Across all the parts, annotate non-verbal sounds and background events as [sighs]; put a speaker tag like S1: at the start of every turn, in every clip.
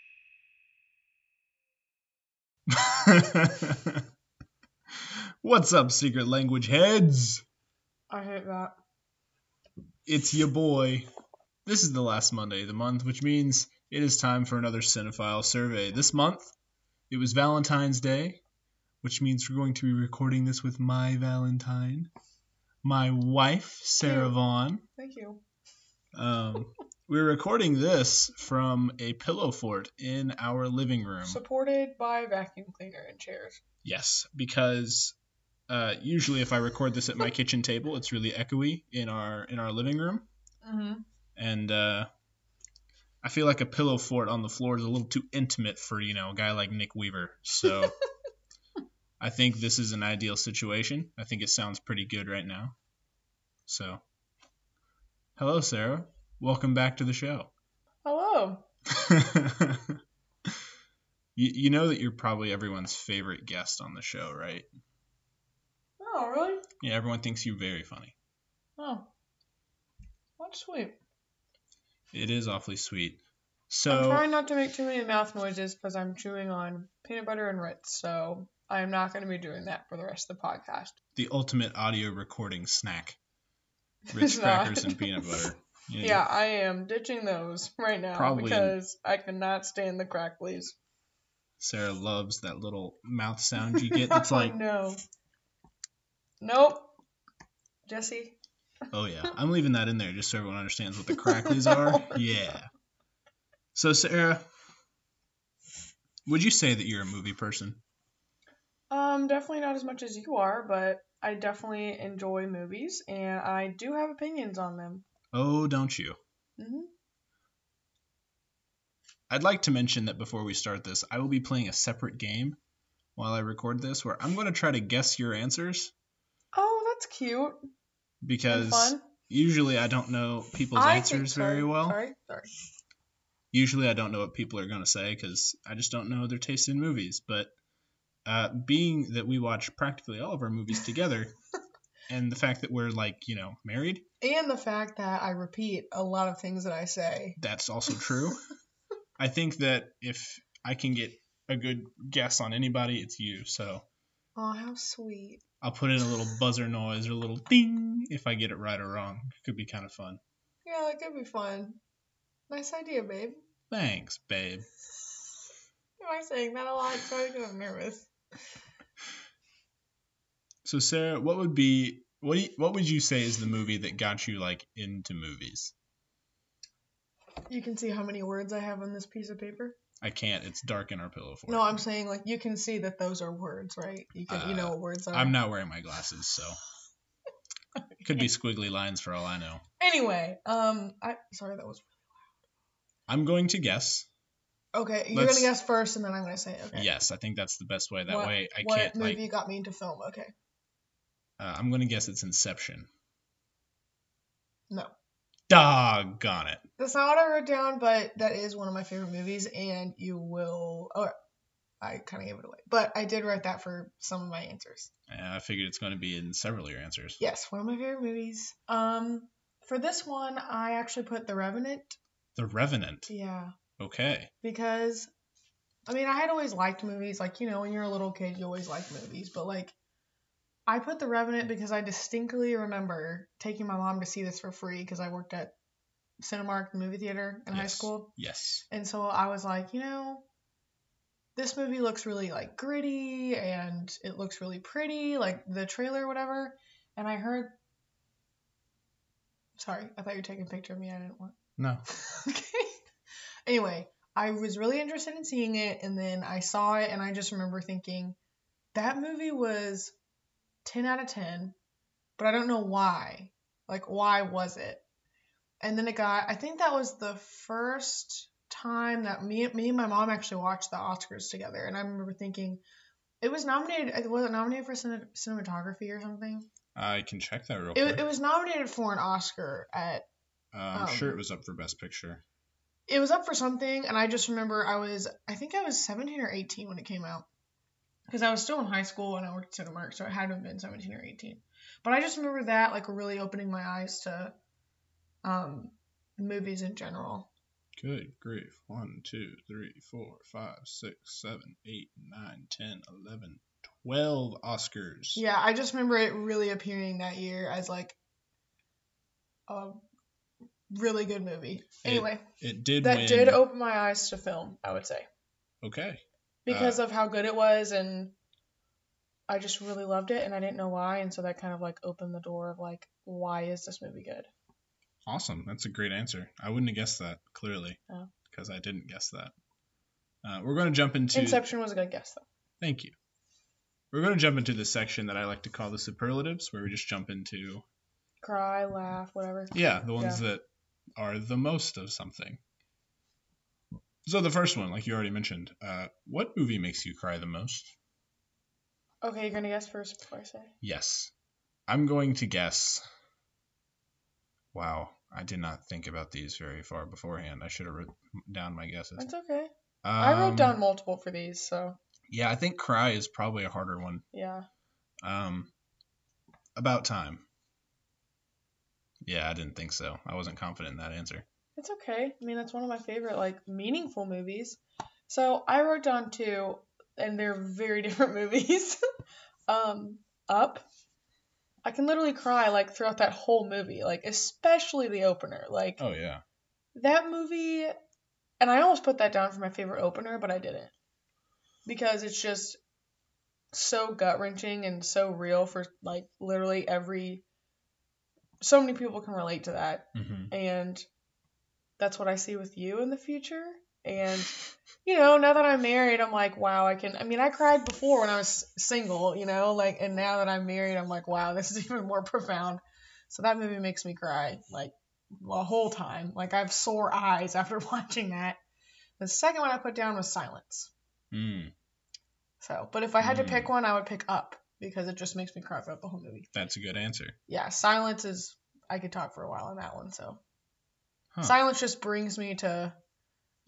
S1: [laughs] What's up, secret language heads?
S2: I hate that.
S1: It's your boy. This is the last Monday of the month, which means it is time for another Cinephile survey. This month, it was Valentine's Day, which means we're going to be recording this with my Valentine, my wife, Sarah
S2: Cute.
S1: Vaughn.
S2: Thank you.
S1: Um, we're recording this from a pillow fort in our living room.
S2: Supported by vacuum cleaner and chairs.
S1: Yes, because uh, usually if I record this at my kitchen table, it's really echoey in our in our living room,
S2: Mm-hmm.
S1: and uh, I feel like a pillow fort on the floor is a little too intimate for you know a guy like Nick Weaver. So I think this is an ideal situation. I think it sounds pretty good right now. So, hello, Sarah. Welcome back to the show. [laughs]
S2: Hello.
S1: you, you know that you're probably everyone's favorite guest on the show, right?
S2: Oh, really?
S1: Yeah, everyone thinks you very funny.
S2: Oh. That's sweet.
S1: It is awfully sweet.
S2: I'm
S1: So
S2: trying not to make too many mouth noises because I'm chewing on peanut butter and Ritz, so I'm not going to be doing that for the rest of the podcast.
S1: the ultimate audio recording
S2: [laughs]
S1: snack:
S2: It's
S1: Ritz crackers
S2: not.
S1: and peanut butter. You know,
S2: Yeah, I am ditching those [laughs] right now
S1: Probably-
S2: because I cannot stand the cracklies.
S1: Sarah loves that little mouth sound you get.
S2: [laughs]
S1: It's like,
S2: Oh, no. Nope. Jesse.
S1: oh yeah, I'm leaving that in there just so everyone understands
S2: [laughs]
S1: what the cracklies are. Yeah. So Sarah, would you say that you're a movie person?
S2: Um, definitely not as much as you are, but I definitely enjoy movies and I do have opinions on them.
S1: Oh, don't you?
S2: hmm
S1: I'd like to mention that before we start this, I will be playing a separate game while I record this where I'm going to try to guess your answers
S2: Oh, that's cute. And
S1: because
S2: fun.
S1: usually I don't know people's
S2: I think-
S1: answers
S2: sorry,
S1: very well.
S2: Sorry, sorry.
S1: Usually I don't know what people are going to say because I just don't know their taste in movies. But uh, being that we watch practically all of our movies together
S2: [laughs]
S1: and the fact that we're like, you know, married,
S2: And the fact that I repeat a lot of things that I say.
S1: that's also
S2: [laughs]
S1: true. I think that if I can get a good guess on anybody, it's you. So.
S2: Oh, how sweet.
S1: I'll put in a little buzzer noise or a little ding if I get it right or wrong. Could be kind of fun.
S2: Yeah, that could be fun. Nice idea, babe.
S1: Thanks, babe.
S2: Am I saying that a lot? Sorry, 'cause I'm nervous.
S1: So Sarah, what would be what do you, what would you say is the movie that got you like into movies?
S2: You can see how many words I have on this piece of paper.
S1: I can't. It's dark in our pillow fort.
S2: No, I'm saying like you can see that those are words, right? You can, you
S1: Uh,
S2: know what words are.
S1: I'm not wearing my glasses,
S2: [laughs]
S1: so could be squiggly lines for all I know.
S2: Anyway, um, I sorry that was
S1: I'm going to guess.
S2: Okay, you're
S1: Let's-
S2: gonna guess first, and then I'm gonna say okay.
S1: Yes, I think that's the best way. That
S2: What-
S1: way I
S2: what
S1: can't
S2: movie
S1: like
S2: got me into film? Okay,
S1: uh, I'm going to guess it's Inception.
S2: no,
S1: Doggone it.
S2: that's not what I wrote down, but that is one of my favorite movies, and you will. Or I kind of gave it away, but I did write that for some of my answers.
S1: Uh, I figured it's going to be in several of your answers.
S2: Yes, one of my favorite movies. Um, for this one, I actually put The Revenant.
S1: The Revenant.
S2: Yeah,
S1: Okay.
S2: because I mean, I had always liked movies. Like, you know, when you're a little kid, you always like movies. But, like, I put The Revenant because I distinctly remember taking my mom to see this for free because I worked at Cinemark movie theater in high
S1: Yes.
S2: school.
S1: Yes.
S2: And so I was like, you know, this movie looks really, like, gritty and it looks really pretty, like the trailer, or whatever. And I heard. Sorry, I thought you were taking a picture of me. I didn't want
S1: No.
S2: [laughs] okay. Anyway, I was really interested in seeing it, and then I saw it, and I just remember thinking that movie was 10 out of 10, but I don't know why. Like, why was it? And then it got, I think that was the first time that me, me and my mom actually watched the Oscars together, and I remember thinking it was nominated, it was it nominated for cine, cinematography or something?
S1: I can check that real
S2: It,
S1: quick.
S2: wa- it was nominated for an Oscar at
S1: Uh, I'm
S2: um,
S1: sure it was up for Best Picture.
S2: it was up for something and i just remember i was i think i was 17 or 18 when it came out because i was still in high school and i worked at cinemark so it had to have been 17 or 18 but i just remember that like really opening my eyes to um movies in general
S1: Good grief. 1, 2, 3, 4, 5, 6, 7, 8, 9, 10, 11, 12 Oscars.
S2: Yeah, I just remember it really appearing that year as like a really good movie.
S1: It
S2: Anyway,
S1: It did
S2: that
S1: win.
S2: did open my eyes to film, I would say,
S1: okay.
S2: because
S1: Uh,
S2: of how good it was and I just really loved it and I didn't know why and so that kind of like opened the door of like why is this movie good?
S1: Awesome. That's a great answer. I wouldn't have guessed that, clearly,
S2: Oh.
S1: because I didn't guess that. Uh, we're going to jump into.
S2: Inception was a good guess though.
S1: Thank you. We're going to jump into this section that I like to call the superlatives, where we just jump into,
S2: Cry, laugh, whatever.
S1: yeah, the ones that are the most of something. So the first one, like you already mentioned, uh, what movie makes you cry the most?
S2: Okay, you're gonna guess first before I say.
S1: Yes. I'm going to guess. Wow, I did not think about these very far beforehand. I should have written down my guesses.
S2: That's okay.
S1: Um,
S2: I wrote down multiple for these, so
S1: Yeah, I think Cry is probably a harder one.
S2: yeah.
S1: Um, about time. Yeah, I didn't think so. I wasn't confident in that answer.
S2: It's okay. I mean, that's one of my favorite, like, meaningful movies. So I wrote down two, and they're very [laughs] different movies. um, Up. I can literally cry, like, throughout that whole movie, like, especially the opener. Like,
S1: Oh yeah.
S2: that movie, and I almost put that down for my favorite opener, but I didn't. Because it's just so gut wrenching and so real for, like, literally every. So many people can relate to that
S1: Mm-hmm.
S2: and that's what I see with you in the future. And you know, now that I'm married, I'm like, wow, I can. I mean, I cried before when I was single, you know, like, and now that I'm married, I'm like, wow, [laughs] this is even more profound. So that movie makes me cry like the whole time. Like I have sore eyes [laughs] after watching that. The second one I put down was Silence.
S1: Mm,
S2: So, but if I had to
S1: Mm.
S2: pick one, I would pick Up because it just makes me cry throughout the whole movie.
S1: that's a good answer.
S2: Yeah, Silence is. I could talk for a while on that one. So
S1: Huh.
S2: Silence just brings me to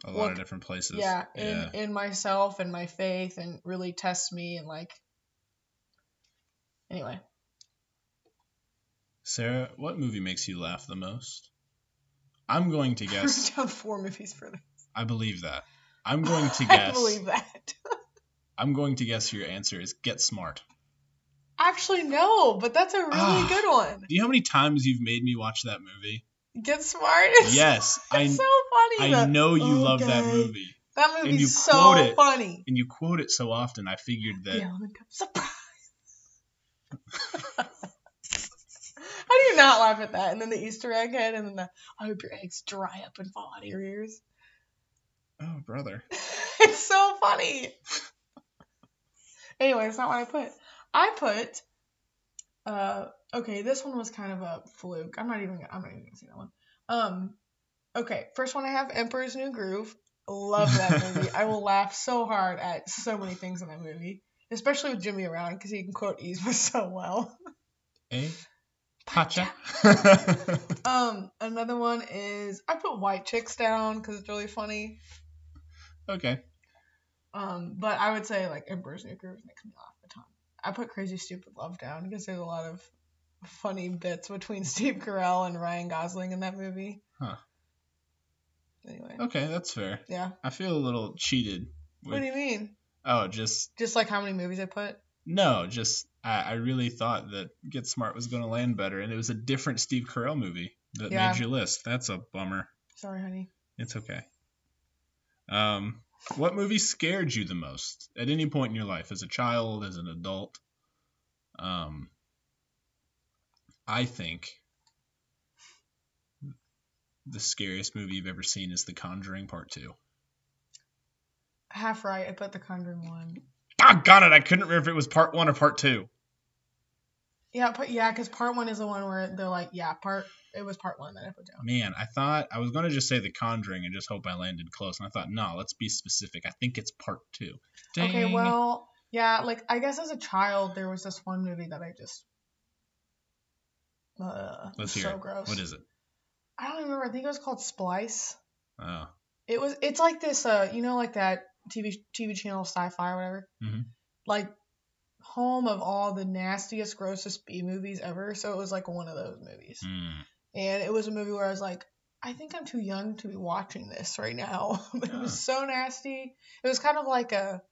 S1: a lot
S2: look-
S1: of different places.
S2: yeah, in
S1: Yeah.
S2: in myself and my faith and really tests me and like anyway
S1: Sarah, what movie makes you laugh the most? I'm going
S2: [laughs]
S1: to guess.
S2: down four movies for that
S1: I believe that. I'm going to
S2: [laughs] i
S1: guess.
S2: believe that
S1: I'm going to guess your answer is Get Smart.
S2: actually no but that's a really
S1: Ah.
S2: good one
S1: Do you know how many times you've made me watch that
S2: [laughs]
S1: movie?
S2: get smart is
S1: Yes, I
S2: [laughs] it's so
S1: I
S2: funny the-
S1: know you
S2: "Oh,
S1: love that
S2: God."
S1: movie,
S2: that
S1: and
S2: movie's
S1: you
S2: so
S1: quote it.
S2: funny
S1: and you quote it so often. I figured that
S2: the element of surprise [laughs] How do you not laugh at that? And then the Easter egg head, and then the I hope your eggs dry up and fall out of your ears.
S1: oh brother,
S2: [laughs] it's so funny. [laughs] anyway, it's not what I put. I put. Uh, okay, this one was kind of a fluke. I'm not even. gonna- I'm not even gonna see that one. Um, okay, first one I have Emperor's New Groove. Love that movie. I will laugh so hard at so many things in that movie, especially with Jimmy around because he can quote Yzma [laughs] so well.
S1: eh? Pacha.
S2: Um, another one is I put White Chicks down because it's really funny.
S1: [laughs] okay.
S2: Um, but I would say like Emperor's New Groove makes me laugh a ton. I put Crazy Stupid Love down because there's a lot of funny bits between [laughs] Steve Carell and Ryan Gosling in that movie.
S1: Huh. Oh.
S2: Anyway,
S1: Okay, that's fair.
S2: yeah.
S1: I feel a little cheated.
S2: What
S1: With,
S2: do you mean?
S1: oh, just
S2: Just like how many movies I put?
S1: no, just I, I really thought that Get Smart was going to land better, and it was a different Steve Carell movie that
S2: Yeah.
S1: made your list. That's a bummer.
S2: Sorry, honey.
S1: It's okay. Um, what movie scared you the most at any point in your life, as a child, as an adult? Um, I think the scariest movie you've ever seen is The Conjuring Part Two.
S2: Half right. I put The Conjuring one.
S1: Doggone it! I couldn't remember if it was Part One or Part Two.
S2: Yeah, but yeah, because part one is the one where they're like, yeah, part it was part one that I put down.
S1: Man, I thought I was gonna just say The Conjuring and just hope I landed close, and I thought, no, let's be specific. I think it's Part Two. Dang.
S2: Okay, well, yeah, like I guess as a child there was this one movie that I just uh,
S1: let's
S2: so
S1: hear. it.
S2: gross.
S1: What is it?
S2: I don't remember. I think it was called Splice.
S1: Oh,
S2: It was. It's like this. Uh, you know, like that TV TV channel sci-fi or whatever.
S1: Mhm.
S2: Like home of all the nastiest, grossest B movies ever. So it was like one of those movies. [laughs]
S1: hmm.
S2: And it was a movie where I was like, I think I'm too young to be watching this right now. [laughs] it
S1: Yeah.
S2: was so nasty. It was kind of like a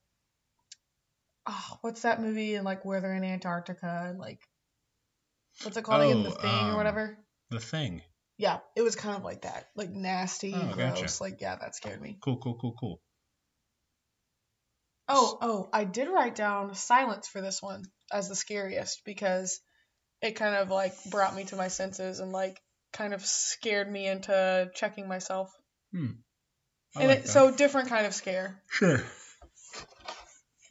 S2: oh, what's that movie and like where they're in Antarctica and like what's it called again? The
S1: Oh,
S2: thing or
S1: um,
S2: whatever.
S1: The thing.
S2: Yeah, it was kind of like that, like nasty,
S1: Oh,
S2: gross.
S1: gotcha.
S2: Like yeah, that scared me.
S1: Cool, cool, cool, cool.
S2: Oh, oh, I did write down silence for this one as the scariest because it kind of like brought me to my senses and like kind of scared me into checking myself.
S1: I
S2: and
S1: like
S2: it,
S1: that.
S2: so different kind of scare.
S1: sure.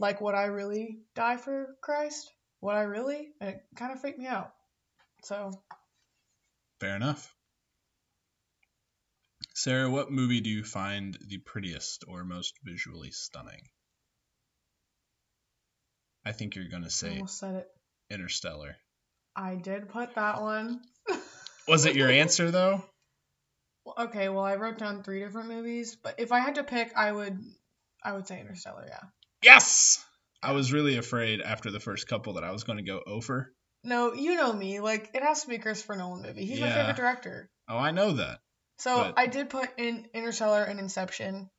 S2: Like would I really die for Christ? Would I really? And it kind of freaked me out. So
S1: Fair enough. Sarah, what movie do you find the prettiest or most visually stunning? I think you're going to
S2: I
S1: say
S2: almost said it.
S1: Interstellar.
S2: I did put that one.
S1: Was it your
S2: Oh.
S1: answer, though?
S2: Well, Okay, well I wrote down three different movies, but if I had to pick, I would I would say Interstellar, yeah.
S1: Yes! I was really afraid after the first couple that I was going to go over.
S2: No, you know me. Like it has to be a Christopher Nolan movie. He's my
S1: Yeah.
S2: favorite director.
S1: Oh, I know that.
S2: So
S1: But-
S2: I did put in Interstellar and Inception,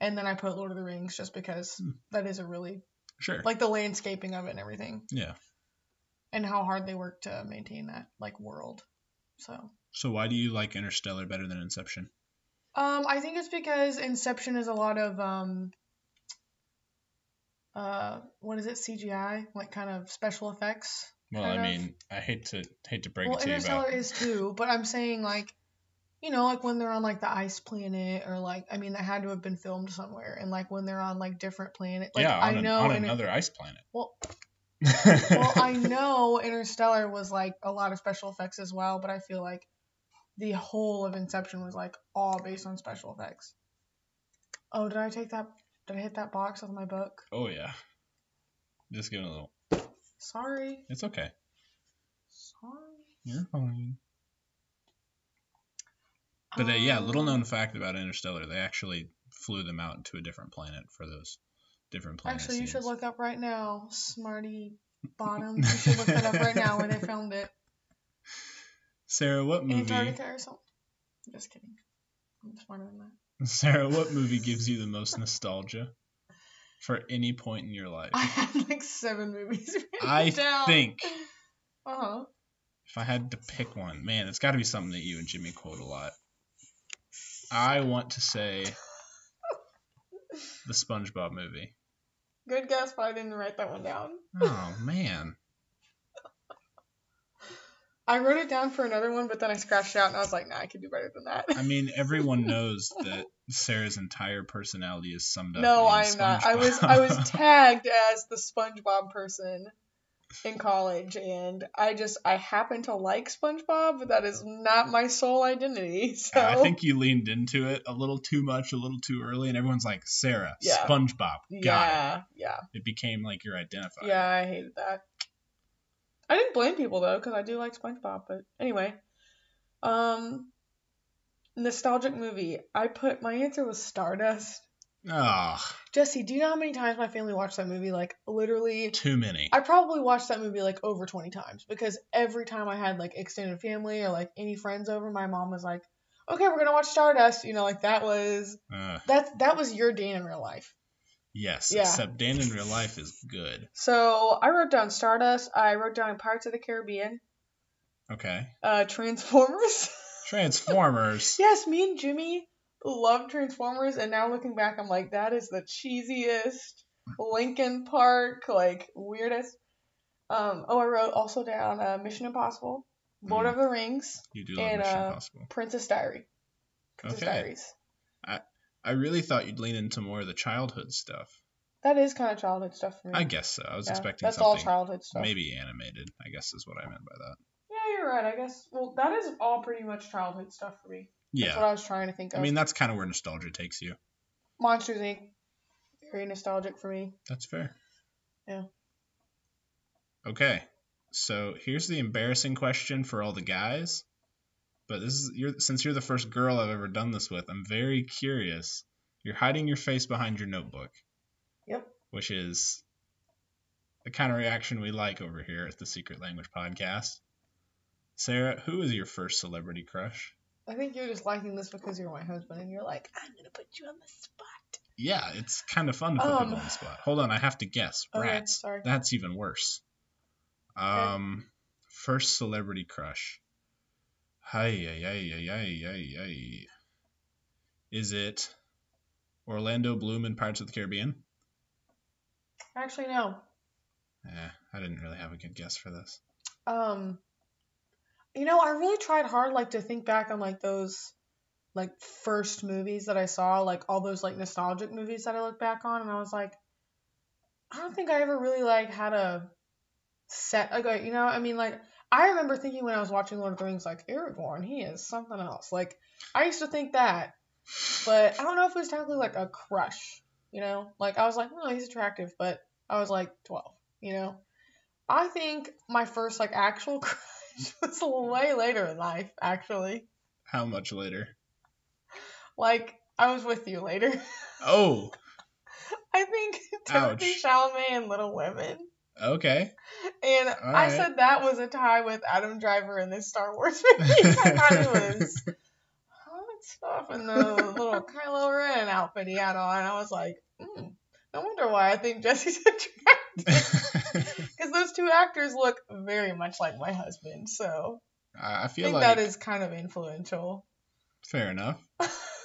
S2: and then I put Lord of the Rings just because
S1: Hmm.
S2: that is a really
S1: Sure.
S2: like the landscaping of it and everything,
S1: yeah.
S2: and how hard they work to maintain that like world. So um,
S1: So why do you like Interstellar better than Inception?
S2: Um, I think it's because Inception is a lot of um, uh, what is it CGI like kind of special effects.
S1: Well,
S2: Kind
S1: I
S2: of.
S1: mean, I hate to hate to break
S2: well,
S1: it to you,
S2: Interstellar
S1: but
S2: is too, but I'm saying like, you know, like when they're on like the ice planet, or like, I mean, that had to have been filmed somewhere, and like when they're on like different planet, like
S1: yeah,
S2: I
S1: on, an-
S2: know,
S1: on
S2: Inter-
S1: another ice planet.
S2: well, well,
S1: [laughs]
S2: I know Interstellar was like a lot of special effects as well, but I feel like the whole of Inception was like all based on special effects. Oh, did I take that? Did I hit that box with my book?
S1: oh yeah. Just give it a little.
S2: Sorry,
S1: It's okay.
S2: sorry.
S1: You're fine. But uh, yeah, little
S2: Um,
S1: known fact about Interstellar, they actually flew them out to a different planet for those different planets.
S2: Actually, you should look up right now, Smarty
S1: [laughs]
S2: Bottom. You should look that up right now where they filmed it.
S1: Sarah, what [laughs] movie?
S2: Antarctica or something. Just kidding. I'm smarter than
S1: [laughs]
S2: that. [laughs]
S1: Sarah, what movie gives you the most nostalgia for any point in your life?
S2: I had like seven movies. [laughs]
S1: I think
S2: Uh huh.
S1: if I had to pick one, man, it's got to be something that you and Jimmy quote a lot. I want to
S2: [laughs]
S1: say the SpongeBob movie.
S2: Good guess, but I didn't write that one down.
S1: Oh man,
S2: I wrote it down for another one, but then I scratched it out and I was like, nah, I could do better than that. [laughs]
S1: I mean everyone knows that Sarah's entire personality is summed up.
S2: no,
S1: in
S2: I am not. I was I was
S1: SpongeBob.
S2: tagged as the SpongeBob person in college, and I just I happen to like SpongeBob, but that is not my sole identity. [laughs] [laughs] So
S1: I think you leaned into it a little too much, a little too early, and everyone's like, "Sarah,
S2: Yeah.
S1: SpongeBob, got it."
S2: yeah, yeah,
S1: It became like your identifier.
S2: yeah. I hated that. I didn't blame people though, because I do like SpongeBob. But anyway, um, nostalgic movie. I put my answer was Stardust.
S1: Ah,
S2: Jesse, do you know how many times my family watched that movie? Like literally
S1: too many.
S2: I probably watched that movie like over 20 times because every time I had like extended family or like any friends over, my mom was like, "Okay, we're going to watch Stardust." You know, like that was
S1: Ugh.
S2: that that was your Dan in real life.
S1: Uh, yes,
S2: Yeah.
S1: except Dan in real life is good.
S2: So, I wrote down Stardust, I wrote down Pirates of the Caribbean,
S1: Okay,
S2: uh Transformers.
S1: Transformers.
S2: [laughs] yes, me and Jimmy love Transformers and now looking back I'm like that is the cheesiest Linkin Park like weirdest um oh I wrote also down uh, Mission Impossible, Lord
S1: Mm.
S2: of the Rings.
S1: You do love
S2: And,
S1: Mission
S2: uh,
S1: Impossible.
S2: Princess Diary. Princess
S1: Okay.
S2: Diaries.
S1: I really thought you'd lean into more of the childhood stuff.
S2: That is kind of childhood stuff for me.
S1: I guess so. I was
S2: Yeah,
S1: expecting
S2: that's all
S1: something
S2: childhood stuff.
S1: maybe animated. I guess is what I meant by that.
S2: Yeah, you're right. I guess. Well, that is all pretty much childhood stuff for me. That's
S1: Yeah,
S2: what I was trying to think of.
S1: I mean that's kind of where nostalgia takes you.
S2: Monsters Inc. Very nostalgic for me.
S1: That's fair.
S2: Yeah.
S1: Okay, so here's the embarrassing question for all the guys. But this is you're since you're the first girl I've ever done this with. I'm very curious. You're hiding your face behind your notebook.
S2: Yep.
S1: which is the kind of reaction we like over here at the Secret Language Podcast. Sarah, who is your first celebrity crush?
S2: I think you're just liking this because you're my husband and you're like, I'm gonna put you on the spot.
S1: Yeah, it's kind of fun to put
S2: Um,
S1: people on the spot. Hold on, I have to guess.
S2: okay,
S1: Rats.
S2: sorry.
S1: That's even worse. Um, first celebrity crush. Hi, ay, ay, ay, ay, ay, ay. Is it Orlando Bloom in Pirates of the Caribbean?
S2: Actually, no.
S1: Eh, I didn't really have a good guess for this.
S2: Um, you know, I really tried hard, like, to think back on like those, like, first movies that I saw, like all those like nostalgic movies that I look back on, and I was like, I don't think I ever really like had a set. Like, a- you know, I mean, like. I remember thinking when I was watching Lord of the Rings, like Aragorn, he is something else. Like I used to think that, but I don't know if it was technically like a crush, you know? Like I was like, oh, he's attractive, but I was like 12, you know? I think my first like actual [laughs] crush was way later in life, actually.
S1: How much later?
S2: Like I was with you later. [laughs]
S1: Oh,
S2: I think [laughs] Timothy
S1: Ouch.
S2: Chalamet and Little Women.
S1: okay. [laughs]
S2: And
S1: All
S2: I
S1: right.
S2: said that was a tie with Adam Driver in this Star Wars [laughs] movie. I thought it
S1: [laughs]
S2: was hot stuff and the little Kylo Ren outfit he had on. I was like, mm, no wonder why I think [laughs] Jesse's attractive.
S1: I,
S2: Because those two actors look very much like my husband. So
S1: I
S2: I
S1: feel
S2: think
S1: like
S2: that is kind of influential.
S1: fair
S2: [laughs]
S1: enough.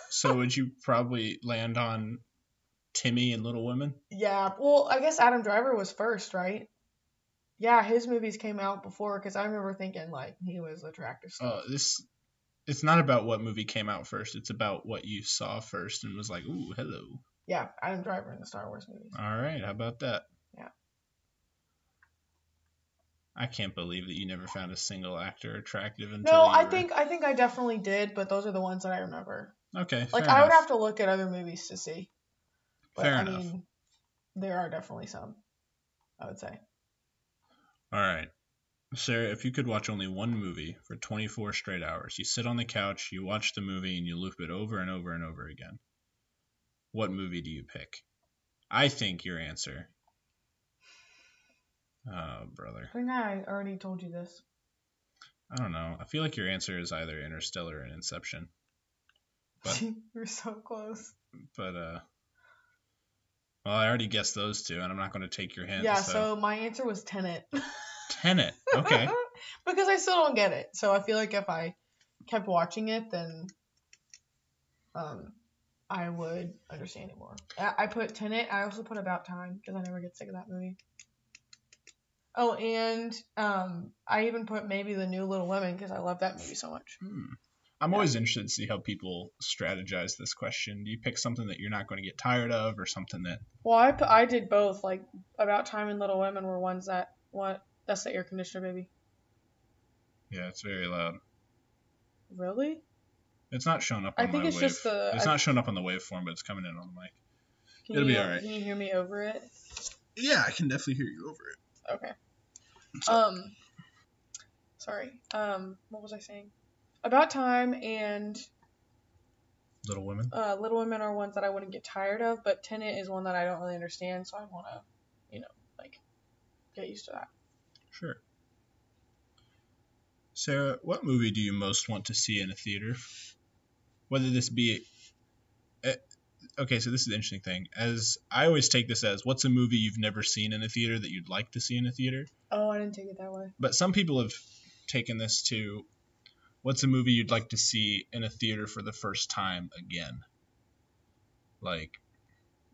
S1: So would you probably land on Timmy and Little Women?
S2: Yeah. Well, I guess Adam Driver was first, right? Yeah, his movies came out before because I remember thinking like he was attractive.
S1: Oh, this it's not about what movie came out first. It's about what you saw first and was like, "Ooh, hello."
S2: yeah, Adam Driver in the Star Wars movies.
S1: All right, how about that?
S2: Yeah.
S1: I can't believe that you never found a single actor attractive until
S2: No,
S1: you
S2: I
S1: were-
S2: think I think I definitely did, but those are the ones that I remember.
S1: Okay.
S2: Like
S1: fair
S2: I would
S1: enough.
S2: have to look at other movies to see. But
S1: Fair
S2: I
S1: enough.
S2: mean, there are definitely some. I would say.
S1: All right. Sarah, if you could watch only one movie for 24 straight hours, you sit on the couch, you watch the movie, and you loop it over and over and over again, what movie do you pick? I think your answer. Oh, brother.
S2: I think I already told you this.
S1: I don't know. I feel like your answer is either Interstellar and Inception. But-
S2: [laughs] You're so close.
S1: But, uh, well, I already guessed those two, and I'm not going to take your hint.
S2: yeah, so my answer was Tenet. [laughs]
S1: Tenet. Okay.
S2: because I still don't get it. So I feel like if I kept watching it, then um, I would understand it more. I, I put Tenet. I also put About Time because I never get sick of that movie. Oh, and um, I even put maybe the new Little Women because I love that movie so much.
S1: Hmm. I'm always interested to see how people strategize this question. Do you pick something that you're not going to get tired of, or something that
S2: Well, I put, I did both. Like About Time and Little Women were ones that one that's the air conditioner, baby.
S1: yeah, it's very loud.
S2: Really?
S1: It's not showing up.
S2: I
S1: On
S2: think
S1: my
S2: it's
S1: wave.
S2: just the-
S1: It's
S2: I-
S1: not showing up on the waveform, but it's coming in on the mic.
S2: Can
S1: It'll
S2: you,
S1: be alright.
S2: Can you hear me over it?
S1: Yeah, I can definitely hear you over it.
S2: Okay. Um, sorry. Um, what was I saying? About time and
S1: Little Women.
S2: uh, Little Women are ones that I wouldn't get tired of, but Tenet is one that I don't really understand, so I want to, you know, like get used to that.
S1: Sure. Sarah, what movie do you most want to see in a theater? Whether this be. eh, Okay, so this is the interesting thing. As I always take this as, what's a movie you've never seen in a theater that you'd like to see in a theater?
S2: Oh, I didn't take it that way.
S1: But some people have taken this to, what's a movie you'd like to see in a theater for the first time again? Like,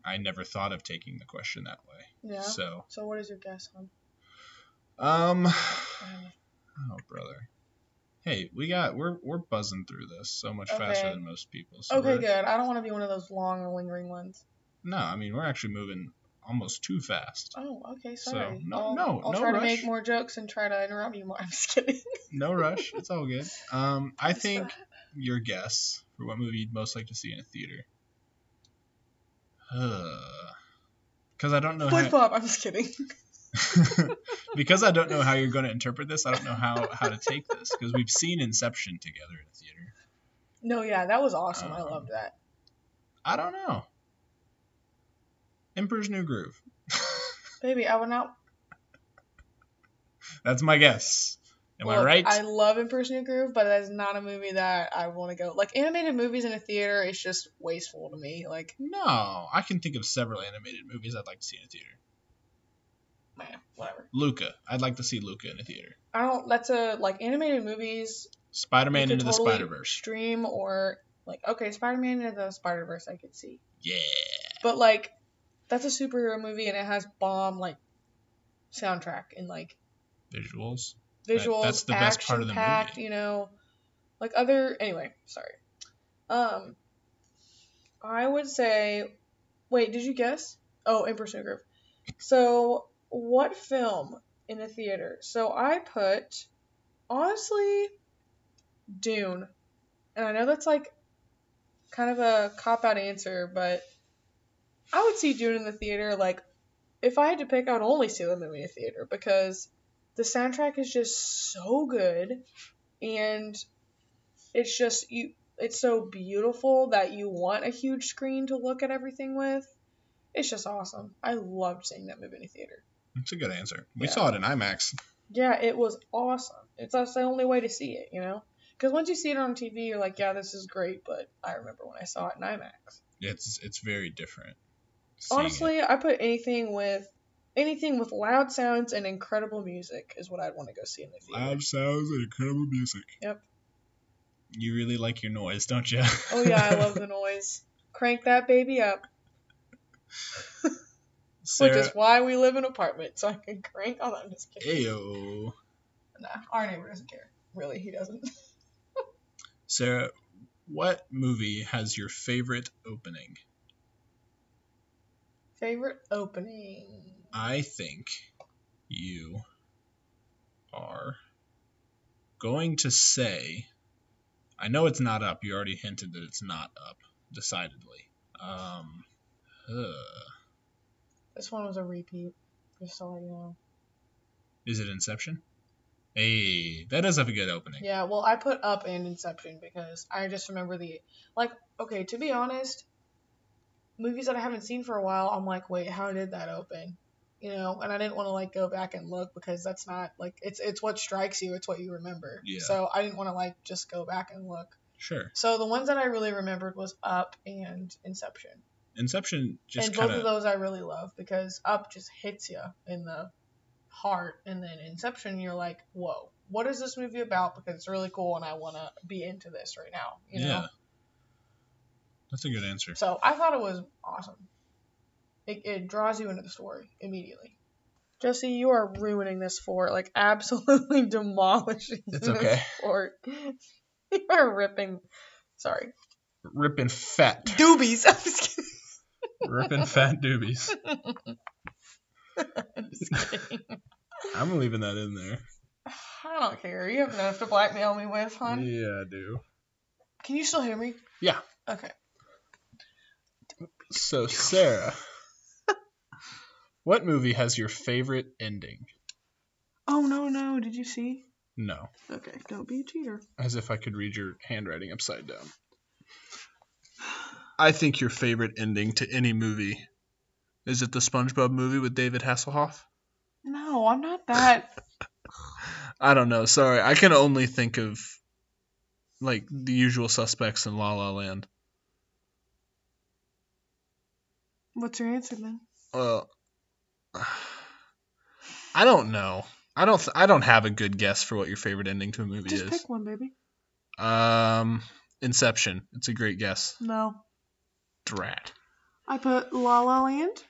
S1: I never thought of taking the question that way.
S2: Yeah. So,
S1: So,
S2: what is your guess on?
S1: um,
S2: Um,
S1: Oh brother. Hey, we got we're we're buzzing through this so much faster
S2: Okay.
S1: than most people. So
S2: Okay,
S1: we're-
S2: good. I don't want to be one of those long or lingering ones.
S1: No, I mean we're actually moving almost too fast.
S2: Oh, okay,
S1: So,
S2: sorry.
S1: no-
S2: I'll,
S1: no,
S2: I'll
S1: no
S2: try to
S1: rush.
S2: make more jokes and try to interrupt you more. [laughs] I'm just kidding.
S1: No rush, it's all good. Um, I
S2: Just
S1: think
S2: that.
S1: your guess for what movie you'd most like to see in a theater. Because I don't know
S2: Flip
S1: how,
S2: flop. I'm just kidding. [laughs]
S1: [laughs] because I don't know how you're going to interpret this. I don't know how how to take this because we've seen Inception together in a theater.
S2: No, yeah, that was awesome. I
S1: Um,
S2: loved that.
S1: I don't know. Emperor's New Groove.
S2: Baby, I would not.
S1: That's my guess. Am
S2: Look,
S1: I right?
S2: I love In Person Groove, but that's not a movie that I want to go. Like animated movies in a theater, it's just wasteful to me. Like,
S1: No, I can think of several animated movies I'd like to see in a theater.
S2: man, whatever.
S1: Luca, I'd like to see Luca in a theater.
S2: I don't. That's a like animated movies.
S1: Spider Man
S2: you could
S1: into
S2: totally
S1: the Spider Verse.
S2: Stream or like okay, Spider Man into the Spider Verse, I could see.
S1: Yeah.
S2: But like, that's a superhero movie and it has bomb like soundtrack and like
S1: Visuals. That-
S2: visuals.
S1: that's the best part of the movie.
S2: action-packed, You know, like other. Anyway, sorry. Um, I would say. Wait, did you guess? Oh, in pursuit of Groove. So, what film in the theater? So I put, honestly, Dune, and I know that's like kind of a cop out answer, but I would see Dune in the theater. Like, if I had to pick, I would only see the movie in theater because the soundtrack is just so good and it's just you it's so beautiful that you want a huge screen to look at everything with it's just awesome i loved seeing that movie in a theater
S1: That's a good answer. We
S2: Yeah.
S1: saw it in IMAX.
S2: yeah it was awesome it's that's the only way to see it you know because once you see it on tv you're like yeah this is great but i remember when i saw it in imax
S1: It's it's very different. seeing it.
S2: honestly i put anything with anything with loud sounds and incredible music is what i'd want to go see in the theater
S1: Loud sounds and incredible music.
S2: Yep.
S1: You really like your noise, don't you?
S2: Oh yeah,
S1: [laughs]
S2: I love the noise. Crank that baby up,
S1: Sarah,
S2: which is why we live in apartments, so I can crank. Oh, no, I'm just kidding.
S1: Ayo.
S2: Nah, our neighbor doesn't care. Really, he doesn't. [laughs]
S1: Sarah, what movie has your favorite opening?
S2: Favorite opening.
S1: I think you are going to say. I know it's not up. You already hinted that it's not up, decidedly. Um, uh,
S2: This one was a repeat, just so you know.
S1: is it Inception? Hey, that does have a good opening.
S2: Yeah, well, I put up and Inception because I just remember the like. Okay, to be honest, movies that I haven't seen for a while, I'm like, wait, how did that open? You know, and I didn't want to like go back and look because that's not like it's it's what strikes you, it's what you remember.
S1: Yeah.
S2: So I didn't want to like just go back and look.
S1: Sure.
S2: So the ones that I really remembered was Up and Inception,
S1: Inception just
S2: and both
S1: kind
S2: of
S1: of.
S2: those I really love because Up just hits you in the heart, and then Inception you're like, whoa, what is this movie about? Because it's really cool, and I want to be into this right now. You
S1: yeah.
S2: know?
S1: That's a good answer.
S2: So I thought it was awesome. It, it draws you into the story immediately. Jesse, you are ruining this fort, like [laughs] absolutely demolishing
S1: It's
S2: this
S1: okay.
S2: fort. [laughs] you are ripping. Sorry,
S1: [laughs] Ripping
S2: [laughs]
S1: fat.
S2: doobies. I'm just kidding.
S1: Ripping fat doobies.
S2: [laughs] I'm just kidding.
S1: [laughs] I'm leaving that in there.
S2: I don't care. You have enough to blackmail me with, hon.
S1: Yeah, I do.
S2: Can you still hear me?
S1: Yeah.
S2: Okay.
S1: So, Sarah, [laughs] what movie has your favorite ending?
S2: Oh no no! Did you see?
S1: No,
S2: Okay, don't be a cheater.
S1: as if I could read your handwriting upside down. I think your favorite ending to any movie is it the SpongeBob movie with David Hasselhoff?
S2: No, I'm not that.
S1: I don't know. Sorry, I can only think of like the usual suspects in La La Land.
S2: What's your answer then?
S1: Well, Uh, I don't know. I don't. Th- I don't have a good guess for what your favorite ending to a movie
S2: Just
S1: is.
S2: pick one, baby.
S1: Um, Inception. It's a great guess.
S2: No,
S1: Drat.
S2: I put La La Land.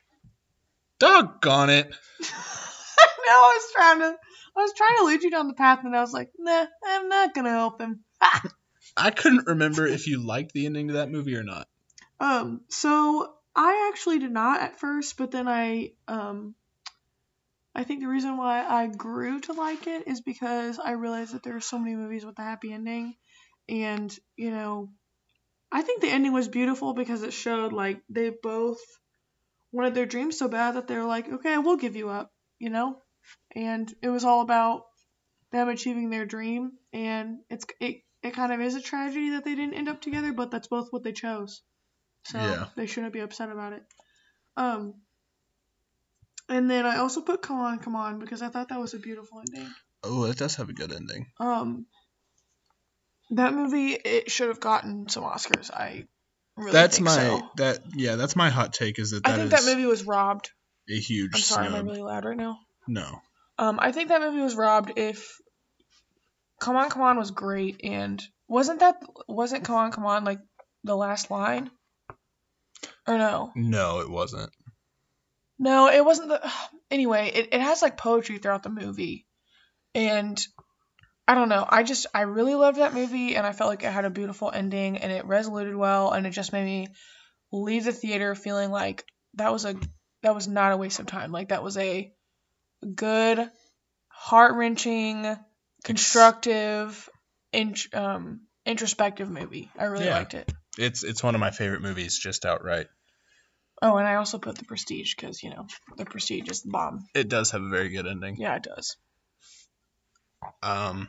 S2: [laughs]
S1: Doggone it.
S2: no, I was trying to. I was trying to lead you down the path, and I was like, Nah, I'm not gonna help him.
S1: I couldn't remember if you liked the ending to that movie or not.
S2: Um, so I actually did not at first, but then I um I think the reason why I grew to like it is because I realized that there are so many movies with a happy ending and, you know, I think the ending was beautiful because it showed like they both wanted their dreams so bad that they were like, "Okay, we'll give you up," you know? And it was all about them achieving their dream and it's it it kind of is a tragedy that they didn't end up together, but that's both what they chose. So
S1: Yeah.
S2: they shouldn't be upset about it. Um and then I also put Come On, Come On because I thought that was a beautiful ending.
S1: Oh, that does have a good ending.
S2: Um, that movie it should have gotten some Oscars. I really
S1: that's
S2: think
S1: my
S2: so.
S1: that yeah, that's my hot take is that
S2: I
S1: that
S2: think
S1: is
S2: that movie was robbed.
S1: a huge
S2: I'm sorry, am I
S1: snub.
S2: really loud right now?
S1: No.
S2: Um, I think that movie was robbed. If Come On, Come On was great, and wasn't that wasn't Come On, Come On like the last line? Or no?
S1: No, it wasn't.
S2: No, it wasn't the. [sighs] Anyway, it, it has like poetry throughout the movie. And I don't know. I just, I really loved that movie and I felt like it had a beautiful ending and it resoluted well and it just made me leave the theater feeling like that was a, that was not a waste of time. Like that was a good, heart wrenching, constructive, in, um, introspective movie. I really
S1: Yeah.
S2: liked it.
S1: It's it's one of my favorite movies just outright.
S2: Oh, and I also put The Prestige because, you know, The Prestige is the bomb.
S1: It does have a very good ending.
S2: Yeah, it does.
S1: Um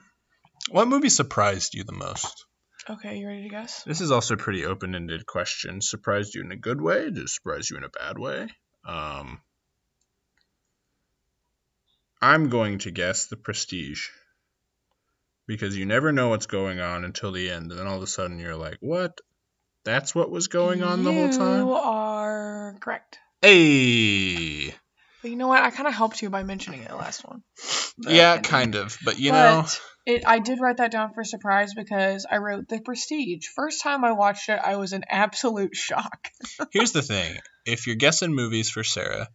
S1: what movie surprised you the most?
S2: Okay, you ready to guess?
S1: This is also a pretty open-ended question. Surprised you in a good way? Did it surprise you in a bad way? Um I'm going to guess The Prestige. Because you never know what's going on until the end, and then all of a sudden you're like, "What? That's what was going on the whole
S2: You
S1: time?"
S2: are correct.
S1: Hey.
S2: But you know what? I kind of helped you by mentioning it last one. The
S1: yeah,
S2: ending.
S1: kind of, but you know,
S2: But it, I did write that down for surprise because I wrote The Prestige. First time I watched it, I was in absolute shock. [laughs]
S1: Here's the thing: if you're guessing movies for Sarah,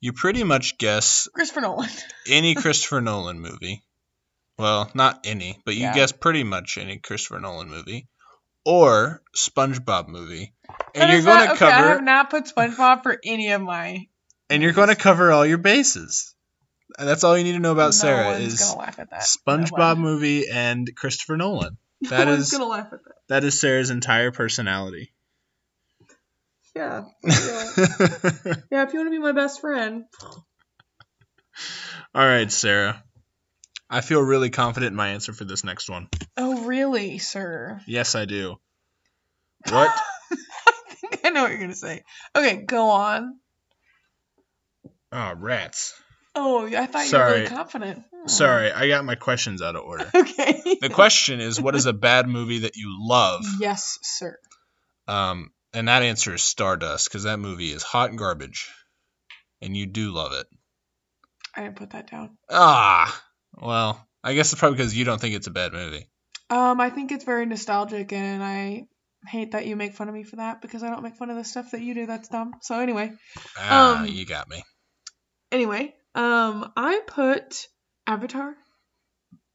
S1: you pretty much guess
S2: Christopher Nolan.
S1: any Christopher Nolan movie. Well, not any, but you
S2: Yeah.
S1: guess pretty much any Christopher Nolan movie or SpongeBob movie, and
S2: That
S1: you're
S2: is
S1: going
S2: not-
S1: to
S2: okay, I have
S1: cover
S2: not put SpongeBob for any of my.
S1: and you're going to cover all your bases. And that's all you need to know about
S2: no
S1: Sarah
S2: one's
S1: is
S2: gonna laugh at that.
S1: SpongeBob movie and Christopher Nolan. That
S2: no
S1: is-
S2: one's gonna laugh at that.
S1: That is Sarah's entire personality.
S2: Yeah. yeah. If you want to be my best friend,
S1: [laughs] All right, Sarah. I feel really confident in my answer for this next one.
S2: Oh, really, [laughs] sir?
S1: Yes, I do. What?
S2: [laughs] I think I know what you're going to say. Okay, go on.
S1: oh, rats.
S2: Oh, I thought you were
S1: Sorry.
S2: really confident. Hmm.
S1: Sorry, I got my questions out of order.
S2: [laughs] Okay.
S1: The question is what is a bad movie that you love?
S2: Yes, sir.
S1: Um, and that answer is Stardust because that movie is hot garbage, and you do love it.
S2: I didn't put that down.
S1: Ah, well, I guess it's probably because you don't think it's a bad movie.
S2: Um, I think it's very nostalgic, and I hate that you make fun of me for that because I don't make fun of the stuff that you do. That's dumb. So anyway,
S1: Ah,
S2: Um,
S1: you got me.
S2: anyway, um, I put Avatar.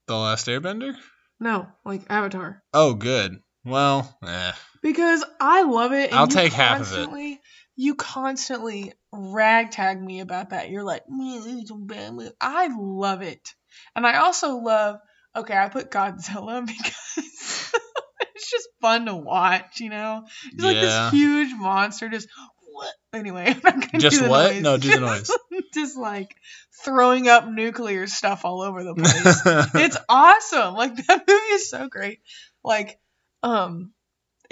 S1: The Last Airbender.
S2: No, like Avatar.
S1: Oh, good. Well, eh.
S2: Because I love it.
S1: I'll
S2: you
S1: take half of it.
S2: constantly- You constantly ragtag me about that. You're like, "Mm, it's a bad movie." I love it, and I also love. Okay, I put Godzilla [laughs] because [laughs] it's just fun to watch. You know, he's like
S1: Yeah.
S2: this
S1: [laughs]
S2: huge monster. Just what? Anyway, [laughs] I'm not gonna
S1: Just
S2: do the
S1: what?
S2: noise.
S1: No, do
S2: [laughs]
S1: the noise.
S2: just like throwing up nuclear stuff all over the place it's awesome. Like [laughs] that movie is so great. Like, um,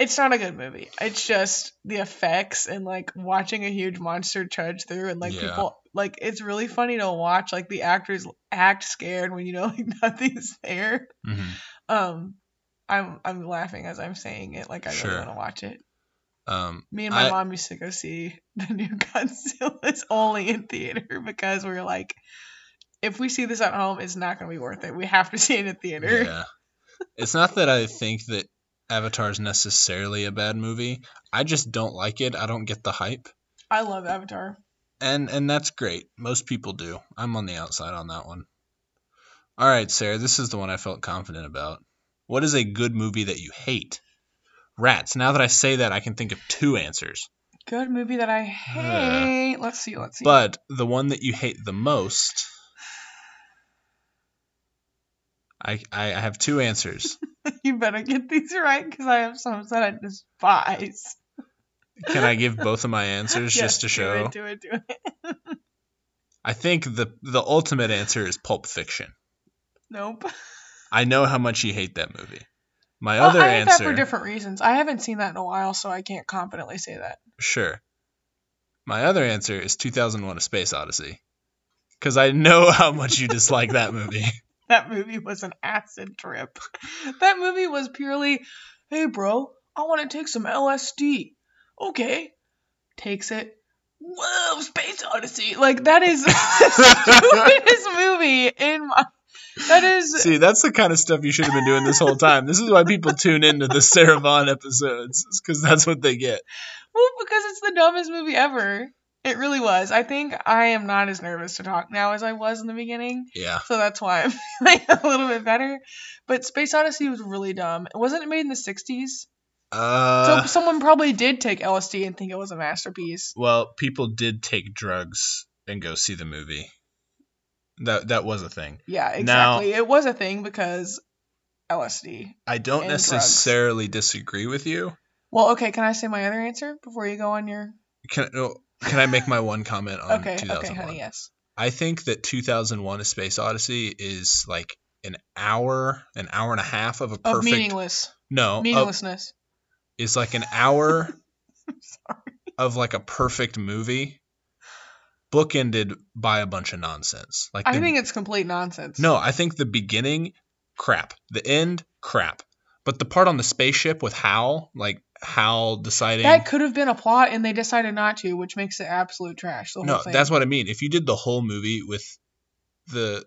S2: it's not a good movie. It's just the effects and like watching a huge monster charge through and like
S1: Yeah.
S2: people like it's really funny to watch. Like the actors act scared when you know [laughs] like nothing's there.
S1: Mhm.
S2: Um, I'm I'm laughing as I'm saying it. Like I
S1: Sure.
S2: really want to watch it.
S1: Um,
S2: Me and my
S1: I-
S2: mom used to go see [laughs] the new Godzilla. It's only in theater because we were like, if we see this at home, it's not gonna be worth it. We have to see it in theater.
S1: Yeah. It's not that I think that Avatar is necessarily a bad movie. I just don't like it. I don't get the hype.
S2: I love Avatar.
S1: And and that's great. Most people do. I'm on the outside on that one. All right, Sarah, this is the one I felt confident about. What is a good movie that you hate? Rats. Now that I say that, I can think of two answers.
S2: Good movie that I hate. Let's see. Let's see.
S1: But the one that you hate the most I I, I have two answers.
S2: [laughs] you better get these right because I have some that I despise.
S1: Can I give both of my
S2: [laughs]
S1: answers
S2: Yes,
S1: just to show?
S2: Do it. Do it. Do it. [laughs]
S1: I think the the ultimate answer is Pulp Fiction.
S2: Nope.
S1: I know how much you hate that movie. My
S2: Well,
S1: other
S2: [laughs] I hate that for
S1: answer,
S2: different reasons. I haven't seen that in a while, so I can't confidently say that.
S1: sure. My other [laughs]
S2: [laughs]
S1: answer is 2001: A Space Odyssey, because I know how much you dislike that movie.
S2: that movie was an acid trip. [laughs] That movie was purely, hey, bro, I want to take some LSD. Okay. Takes it. Whoa, Space Odyssey. Like, that is [laughs] the stupidest
S1: [laughs]
S2: movie in my. That is.
S1: See, that's the kind of stuff you should have been doing this whole time. This is why people tune into the Sarah Vaughn episodes, because that's what they get.
S2: Well, because it's the dumbest movie ever. It really was. I think I am not as nervous to talk now as I was in the beginning.
S1: Yeah.
S2: So that's why I'm [laughs] feeling a little bit better. But Space Odyssey was really dumb. Wasn't it made in the 60s?
S1: Uh,
S2: so someone probably did take LSD and think it was a masterpiece.
S1: well, people did take drugs and go see the movie. That that was a thing.
S2: Yeah,
S1: Now-
S2: exactly. it was a thing because LSD.
S1: I don't
S2: And
S1: necessarily disagree with you.
S2: Well, okay, can I say my other answer before you go on your.
S1: Can oh, can I make my one comment on
S2: [laughs] Okay, okay,
S1: 2001?
S2: honey, yes.
S1: I think that 2001: A Space Odyssey is like an hour, an hour and a half of a
S2: Of
S1: perfect Oh,
S2: meaningless.
S1: no, of-
S2: Meaninglessness.
S1: is like an
S2: [laughs]
S1: hour of like a perfect movie bookended by a bunch of nonsense. Like
S2: I
S1: the-
S2: think it's complete nonsense.
S1: No, I think the beginning, crap. The end, crap. But the part on the spaceship with Hal, like Hal deciding.
S2: That could have been a plot, and they decided not to, which makes it absolute trash. The whole
S1: no,
S2: thing.
S1: that's what I mean. If you did the whole movie with the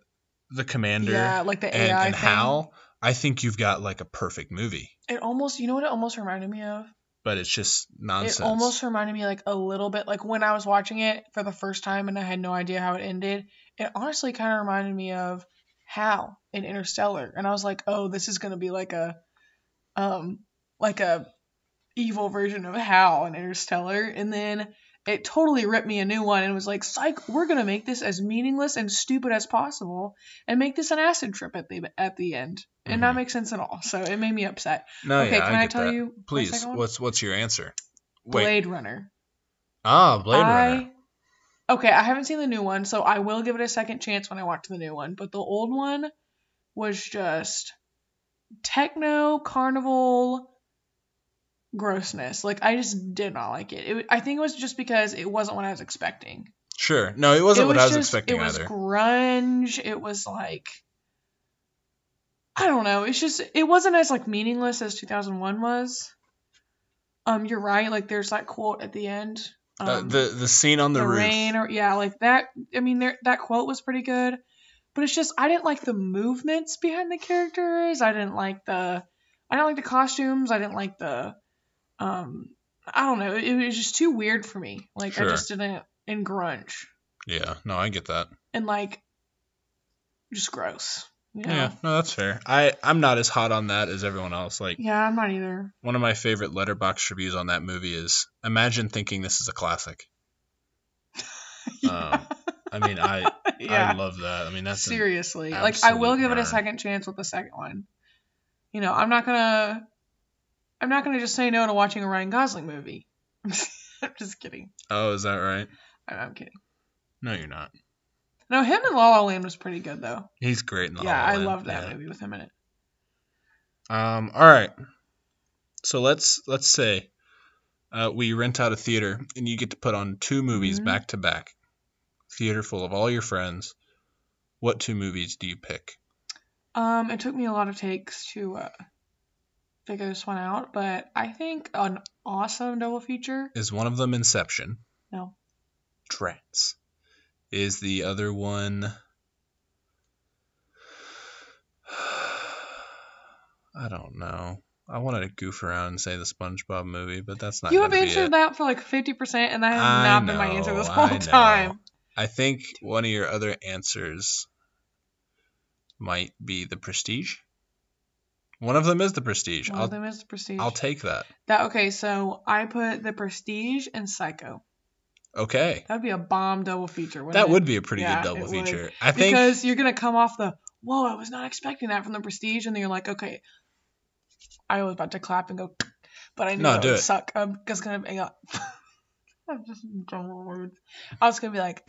S1: the commander
S2: yeah, like the
S1: and,
S2: AI
S1: and
S2: thing.
S1: Hal, I think you've got like a perfect movie.
S2: It almost, you know what it almost reminded me of?
S1: But it's just nonsense.
S2: It almost reminded me like a little bit like when I was watching it for the first time and I had no idea how it ended. It honestly kind of reminded me of Hal in Interstellar, and I was like, oh, this is gonna be like a, um, like a evil version of Hal in Interstellar, and then it totally ripped me a new one and was like, psych, we're gonna make this as meaningless and stupid as possible and make this an acid trip at the at the end, and
S1: Mhm.
S2: not make sense at all. So it made me upset.
S1: no,
S2: okay,
S1: Oh, yeah,
S2: can
S1: I,
S2: I,
S1: get
S2: tell
S1: that.
S2: you? my
S1: Please,
S2: second one?
S1: what's what's your answer? Wait.
S2: Blade Runner.
S1: Ah, Blade
S2: I,
S1: Runner.
S2: Okay, I haven't seen the new one, so I will give it a second chance when I watch the new one. But the old one was just techno carnival grossness. Like I just did not like it. it I think it was just because it wasn't what I was expecting.
S1: Sure. No, it wasn't
S2: it
S1: what I was
S2: just-
S1: expecting
S2: It was
S1: either.
S2: grunge. It was like I don't know. It's just it wasn't as like meaningless as 2001 was. Um, you're right. Like there's that quote at the end. Um,
S1: uh, the the scene on the, roof.
S2: rain or yeah like that i mean there, that quote was pretty good but it's just i didn't like the movements behind the characters i didn't like the i didn't like the costumes i didn't like the um i don't know it, it was just too weird for me like
S1: Sure.
S2: i just didn't in grunge
S1: yeah. No, I get that.
S2: and like just gross you know?
S1: Yeah. No, that's fair. I I'm not as hot on that as everyone else. Like
S2: yeah i'm not either
S1: one of my favorite letterbox reviews on that movie is imagine thinking this is a
S2: [laughs]
S1: classic. Um,
S2: yeah,
S1: I mean, I
S2: [laughs] yeah.
S1: I love that. I mean, that's an-
S2: seriously like i will
S1: absolute
S2: give it
S1: burn.
S2: a second chance with the second one you know i'm not gonna i'm not gonna just say no to watching a ryan gosling movie [laughs] i'm just kidding
S1: oh, is that right?
S2: I'm, I'm kidding
S1: No, you're not.
S2: no him and la la land was pretty good though
S1: He's great in the
S2: yeah
S1: La La
S2: i
S1: Land.
S2: love that
S1: Yeah.
S2: movie with him in it
S1: Um. All right. So let's let's say uh, we rent out a theater and you get to put on two movies
S2: Mhm.
S1: back to back. Theater full of all your friends. What two movies do you pick?
S2: um it took me a lot of takes to uh figure this one out but i think an awesome double feature
S1: Is one of them Inception?
S2: no
S1: Trance. Is the other one? [sighs] I don't know. I wanted to goof around and say the SpongeBob movie, but that's not.
S2: you
S1: gonna
S2: have
S1: be
S2: answered
S1: it.
S2: that for like 50% and that has
S1: I
S2: not been my answer
S1: know,
S2: this
S1: I
S2: whole [laughs]
S1: know.
S2: time
S1: I think one of your other answers might be the prestige. One of them is the prestige.
S2: one
S1: I'll
S2: of them is prestige
S1: I'll take that.
S2: That okay, so I put the Prestige and Psycho.
S1: Okay.
S2: That'd be a bomb double feature. Wouldn't
S1: That
S2: it?
S1: would be a pretty
S2: Yeah,
S1: good double
S2: it would.
S1: feature. I think
S2: because you're gonna come off the whoa, I was not expecting that from the Prestige, and then you're like, okay, I was about to clap and go, but I knew
S1: No,
S2: that
S1: do
S2: would
S1: it.
S2: suck. I'm just gonna hang up. [laughs] I'm just dumb words. I was gonna be like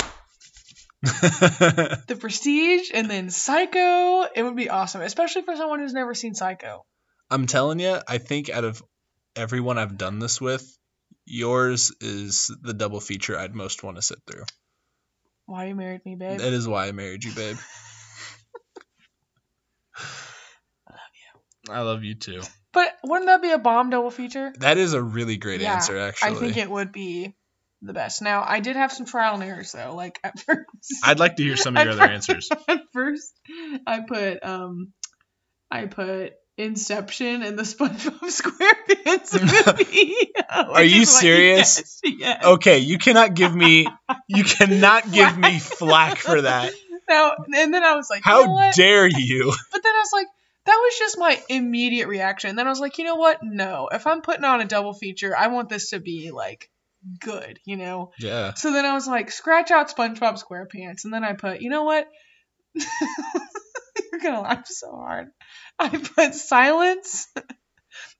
S2: the Prestige and then Psycho. It would be awesome, especially for someone who's never seen Psycho.
S1: [laughs] I'm telling you, I think out of everyone I've done this with, yours is the double feature I'd most want to sit through.
S2: Why you married me, babe? [laughs]
S1: That is why I married you, babe. I love you too.
S2: But wouldn't that be a bomb double feature?
S1: That is a really great
S2: Yeah,
S1: answer, actually.
S2: I think it would be the best. Now, I did have some trial and errors though. Like at [laughs] first,
S1: I'd like to hear some of
S2: [laughs]
S1: your other answers.
S2: at first, I put um, I put Inception and the [laughs]
S1: [laughs]
S2: SpongeBob SquarePants movie. [laughs] Are
S1: you serious? Oh.
S2: Yes. yes.
S1: Okay, you cannot give me you
S2: [laughs]
S1: cannot give me flack for that.
S2: Now and then I was like, you know
S1: How
S2: what?
S1: dare you?
S2: But then I was like, that was just my immediate reaction. then I was like, you know what? No. If I'm putting on a double feature, I want this to be like good, you know?
S1: Yeah.
S2: So then I was like, scratch out SpongeBob SquarePants. And then I put, you know what? [laughs] You're going to laugh so hard. I put silence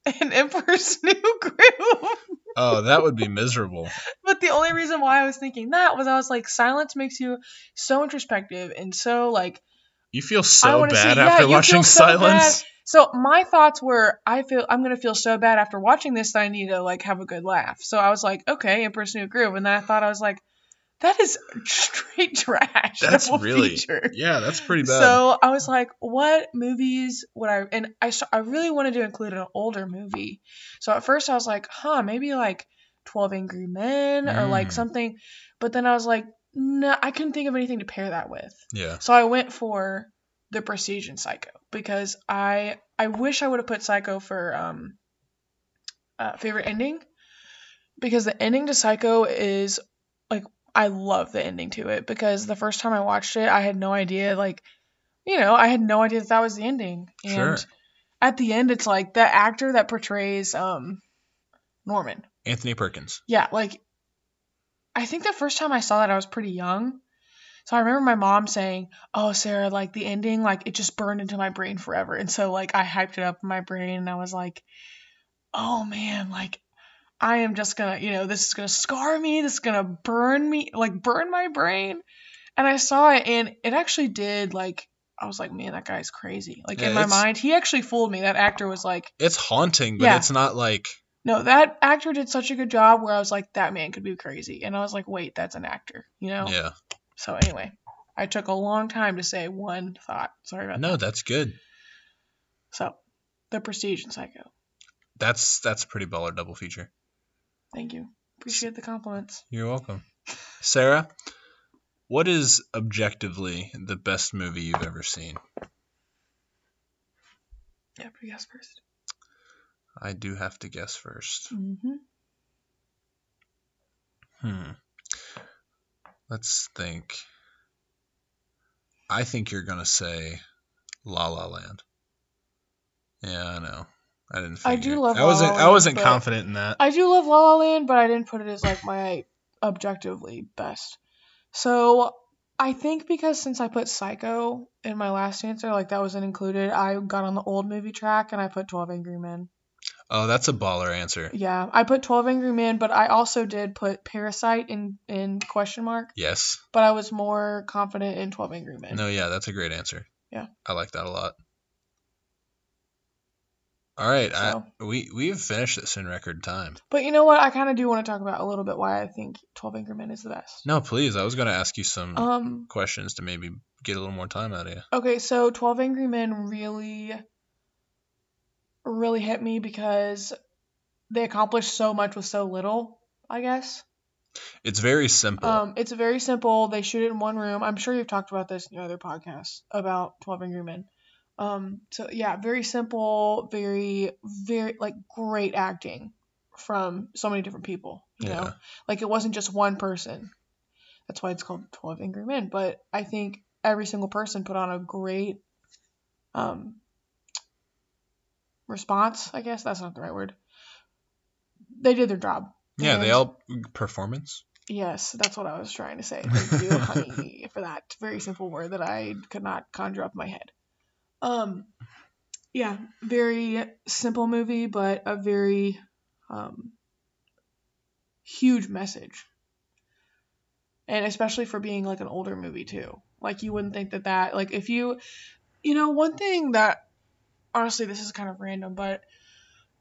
S2: and Emperor's [laughs] New Groove.
S1: Oh, that would be miserable.
S2: But the only reason why I was thinking that was I was like, silence makes you so introspective and so like
S1: You feel
S2: I
S1: so
S2: wanna
S1: bad
S2: see- yeah,
S1: after
S2: you
S1: watching
S2: feel so
S1: Silence.
S2: So my thoughts were, I feel I'm gonna feel so bad after watching this that I need to like have a good laugh. So I was like, okay, Emperor's New Groove, and then I thought I was like, that is [laughs] straight trash.
S1: That's
S2: double
S1: really
S2: feature.
S1: Yeah, that's pretty bad.
S2: So I was like, what movies would I? And I s- I really wanted to include an older movie. So at first I was like, huh, maybe like Twelve Angry Men or like
S1: Mm.
S2: something. But then I was like, no, I couldn't think of anything to pair that with.
S1: yeah.
S2: So I went for the Prestige and Psycho because I I wish I would have put Psycho for um uh, favorite ending because the ending to Psycho is like I love the ending to it because the first time I watched it I had no idea like you know I had no idea that that was the ending and
S1: Sure.
S2: at the end it's like the actor that portrays um Norman
S1: Anthony Perkins.
S2: yeah, like I think the first time I saw that I was pretty young. So I remember my mom saying, "Oh, Sarah, like the ending, like it just burned into my brain forever." And so like I hyped it up in my brain and I was like, "Oh man, like I am just going to, you know, this is going to scar me, this is going to burn me, like burn my brain." And I saw it and it actually did like I was like, "Man, that guy's crazy." Like
S1: Yeah,
S2: in my
S1: it's-
S2: mind, he actually fooled me. That actor was like
S1: It's haunting, but
S2: Yeah.
S1: it's not like
S2: no, that actor did such a good job where I was like, that man could be crazy. And I was like, wait, that's an actor, you know?
S1: yeah.
S2: So, anyway, I took a long time to say one thought. Sorry about that.
S1: No, that's good.
S2: So, The Prestige and Psycho.
S1: That's that's a pretty baller double feature.
S2: Thank you. Appreciate the compliments.
S1: You're welcome. Sarah, what is objectively the best movie you've ever seen?
S2: Yeah, but yes, 1st
S1: I do have to guess first.
S2: Mm-hmm.
S1: Hmm. Let's think. I think you're gonna say La La Land. Yeah, I know. I didn't.
S2: I do
S1: figure.
S2: love
S1: I
S2: La La
S1: wasn't. I
S2: Land,
S1: wasn't
S2: but-
S1: confident in that.
S2: I do love La La Land, but I didn't put it as like my objectively best. So I think because since I put Psycho in my last answer, like that wasn't included, I got on the old movie track and I put Twelve Angry Men.
S1: Oh, that's a baller answer.
S2: Yeah, I put Twelve Angry Men, but I also did put Parasite in in question mark.
S1: Yes.
S2: But I was more confident in Twelve Angry Men.
S1: No. Yeah, that's a great answer.
S2: Yeah.
S1: I like that a lot. All right. I, we we have finished this in record time.
S2: But you know what? I kind of do want to talk about a little bit why I think Twelve Angry Men is the best.
S1: No, please. I was gonna ask you some
S2: Um.
S1: questions to maybe get a little more time out of you.
S2: Okay, so Twelve Angry Men really, really hit me because they accomplished so much with so little. I guess.
S1: It's very simple.
S2: Um, it's very simple. They shoot it in one room. I'm sure you've talked about this in your other podcasts about 12 Angry Men. Um, so yeah, very simple, very, very like great acting from so many different people. You
S1: Yeah.
S2: know, like it wasn't just one person. That's why it's called 12 Angry Men. But I think every single person put on a great um, response. I guess that's not the right word. They did their job.
S1: yeah. They
S2: and-
S1: all performance.
S2: Yes, that's what I was trying to say. Thank you, honey, for that very simple word that I could not conjure up in my head. Um, yeah, very simple movie, but a very um, huge message, and especially for being like an older movie too. Like you wouldn't think that that like if you, you know, one thing that honestly this is kind of random, but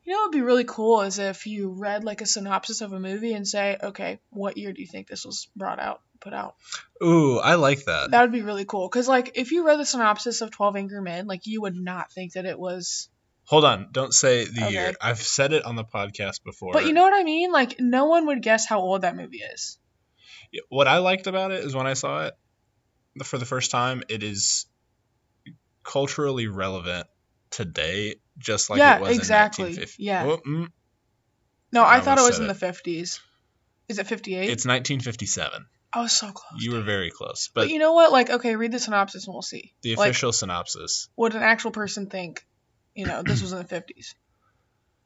S2: You know, it'd be really cool is if you read like a synopsis of a movie and say, okay, what year do you think this was brought out, put out?
S1: Ooh, I like that.
S2: That would be really cool. Because, like, if you read the synopsis of 12 Angry Men, like, you would not think that it was.
S1: Hold on, don't say the
S2: Okay.
S1: year. I've said it on the podcast before.
S2: Oh, But you know what I mean? Like, no one would guess how old that movie is.
S1: what I liked about it is when I saw it the- for the first time, it is culturally relevant today, just like
S2: yeah,
S1: it was in
S2: exactly.
S1: 1950.
S2: Yeah.
S1: Well, mm,
S2: No, I,
S1: I
S2: thought it
S1: almost
S2: was
S1: said
S2: in
S1: it.
S2: the 50s. Is it 58?
S1: it's 1957.
S2: I was so close.
S1: You were very close,
S2: but,
S1: but
S2: you know what? Like, okay, read the synopsis and we'll see.
S1: the
S2: like-
S1: official synopsis:
S2: Would an actual person think, you know, this was in the 50s?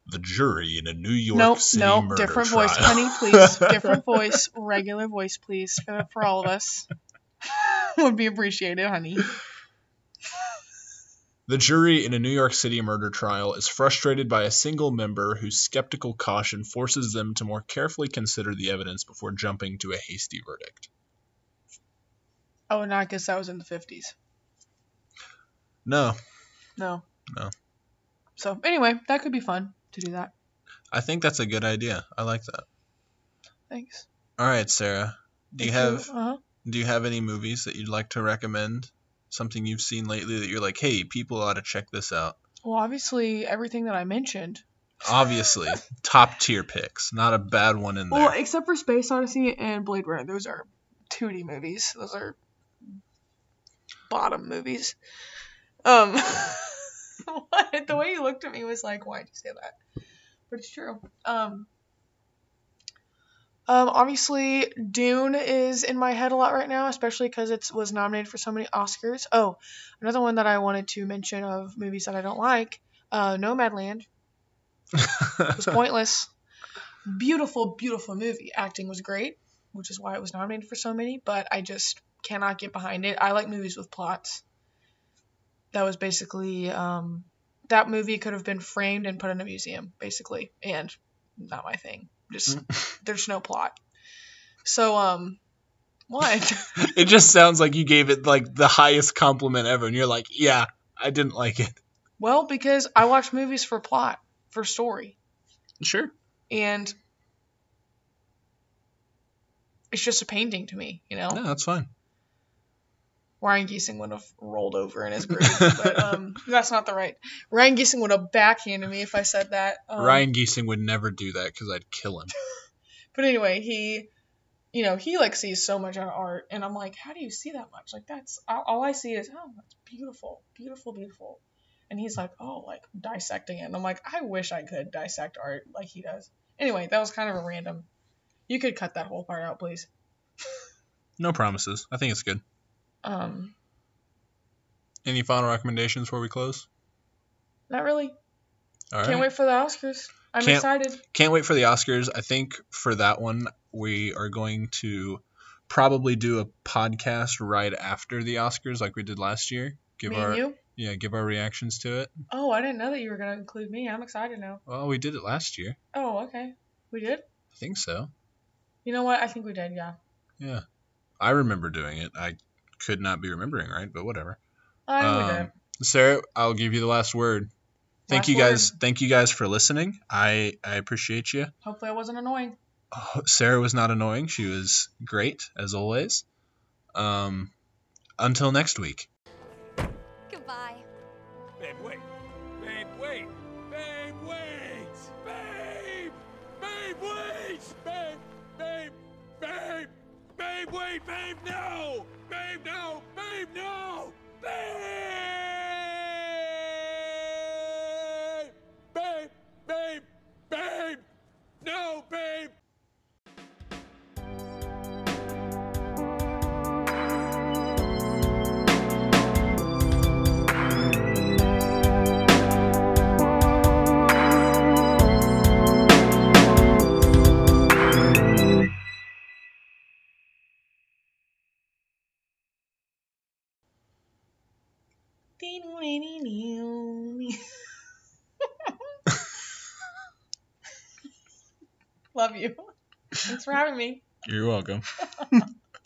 S1: the jury in a New York
S2: nope,
S1: City
S2: nope.
S1: murder
S2: Different
S1: trial.
S2: voice, honey,
S1: [laughs]
S2: please. Different voice, regular voice, please, for, for all of us. [laughs] Would be appreciated, honey.
S1: The jury in a New York City murder trial is frustrated by a single member whose skeptical caution forces them to more carefully consider the evidence before jumping to a hasty verdict.
S2: Oh, I would not guess that was in the 50s.
S1: No,
S2: No.
S1: No.
S2: So, anyway, that could be fun to do that.
S1: I think that's a good idea. I like that.
S2: Thanks.
S1: All right, Sarah. Do you have
S2: Uh-huh.
S1: do you have any movies that you'd like to recommend? Something you've seen lately that you're like, "Hey, people ought to check this out."
S2: Well, obviously, everything that I mentioned.
S1: Obviously, top tier picks, not a bad one in there.
S2: Well, except for Space Odyssey and Blade Runner. Those are 2D movies. Those are bottom movies. Um, [laughs] what? The way you looked at me was like, why'd you say that? But it's true. Um, um, obviously, Dune is in my head a lot right now, especially because it was nominated for so many Oscars. Oh, another one that I wanted to mention of movies that I don't like uh, Nomadland
S1: [laughs]
S2: was pointless. Beautiful, beautiful movie. Acting was great, which is why it was nominated for so many, but I just cannot get behind it. I like movies with plots. That was basically um, that movie could have been framed and put in a museum, basically, and not my thing. Just there's no plot. So um, what?
S1: it just sounds like you gave it like the highest compliment ever, and you're like, "Yeah, I didn't like it."
S2: [laughs] well, because I watch movies for plot, for story.
S1: Sure.
S2: and it's just a painting to me, you know.
S1: No, that's fine.
S2: Ryan Giesing would have rolled over
S1: [laughs]
S2: in his grave, but um, that's not the right. Ryan Giesing would have backhanded me if I said that. Um,
S1: Ryan Giesing would never do that because I'd kill him.
S2: but anyway, he, you know, he like sees so much on art, and I'm like, how do you see that much? Like that's all, all I see is oh, that's beautiful, beautiful, beautiful. And he's like, oh, like dissecting it. And I'm like, I wish I could dissect art like he does. Anyway, that was kind of a random. You could cut that whole part out, please.
S1: No promises. I think it's good.
S2: Um,
S1: Any final recommendations before we close?
S2: not really.
S1: All right.
S2: Can't wait for the Oscars. I'm
S1: Can't-
S2: excited.
S1: Can't wait for the Oscars. I think for that one, we are going to probably do a podcast right after the Oscars, like we did last year. Give
S2: me
S1: our
S2: and you.
S1: yeah, give our reactions to it.
S2: Oh, I didn't know that you were gonna include me. I'm excited now.
S1: Well, we did it last year.
S2: Oh, okay. We did.
S1: I think so.
S2: You know what? I think we did. Yeah.
S1: Yeah, I remember doing it. I could not be remembering right, but whatever.
S2: I think we
S1: Um,
S2: did.
S1: Sarah, I'll give you the last word. Thank
S2: Last
S1: you guys.
S2: word.
S1: Thank you guys for listening. I I appreciate you.
S2: Hopefully, I wasn't annoying.
S1: Oh, Sarah was not annoying. She was great as always. Um, until next week.
S3: Goodbye.
S4: Babe, wait. Babe, wait. Babe, wait. Babe. Babe, wait. Babe. Babe. Babe. Babe, wait. Babe, no. Babe, no. Babe, no. Babe. Babe. Babe. Babe. No, babe.
S2: Love you. Thanks for having me. [laughs]
S1: You're welcome.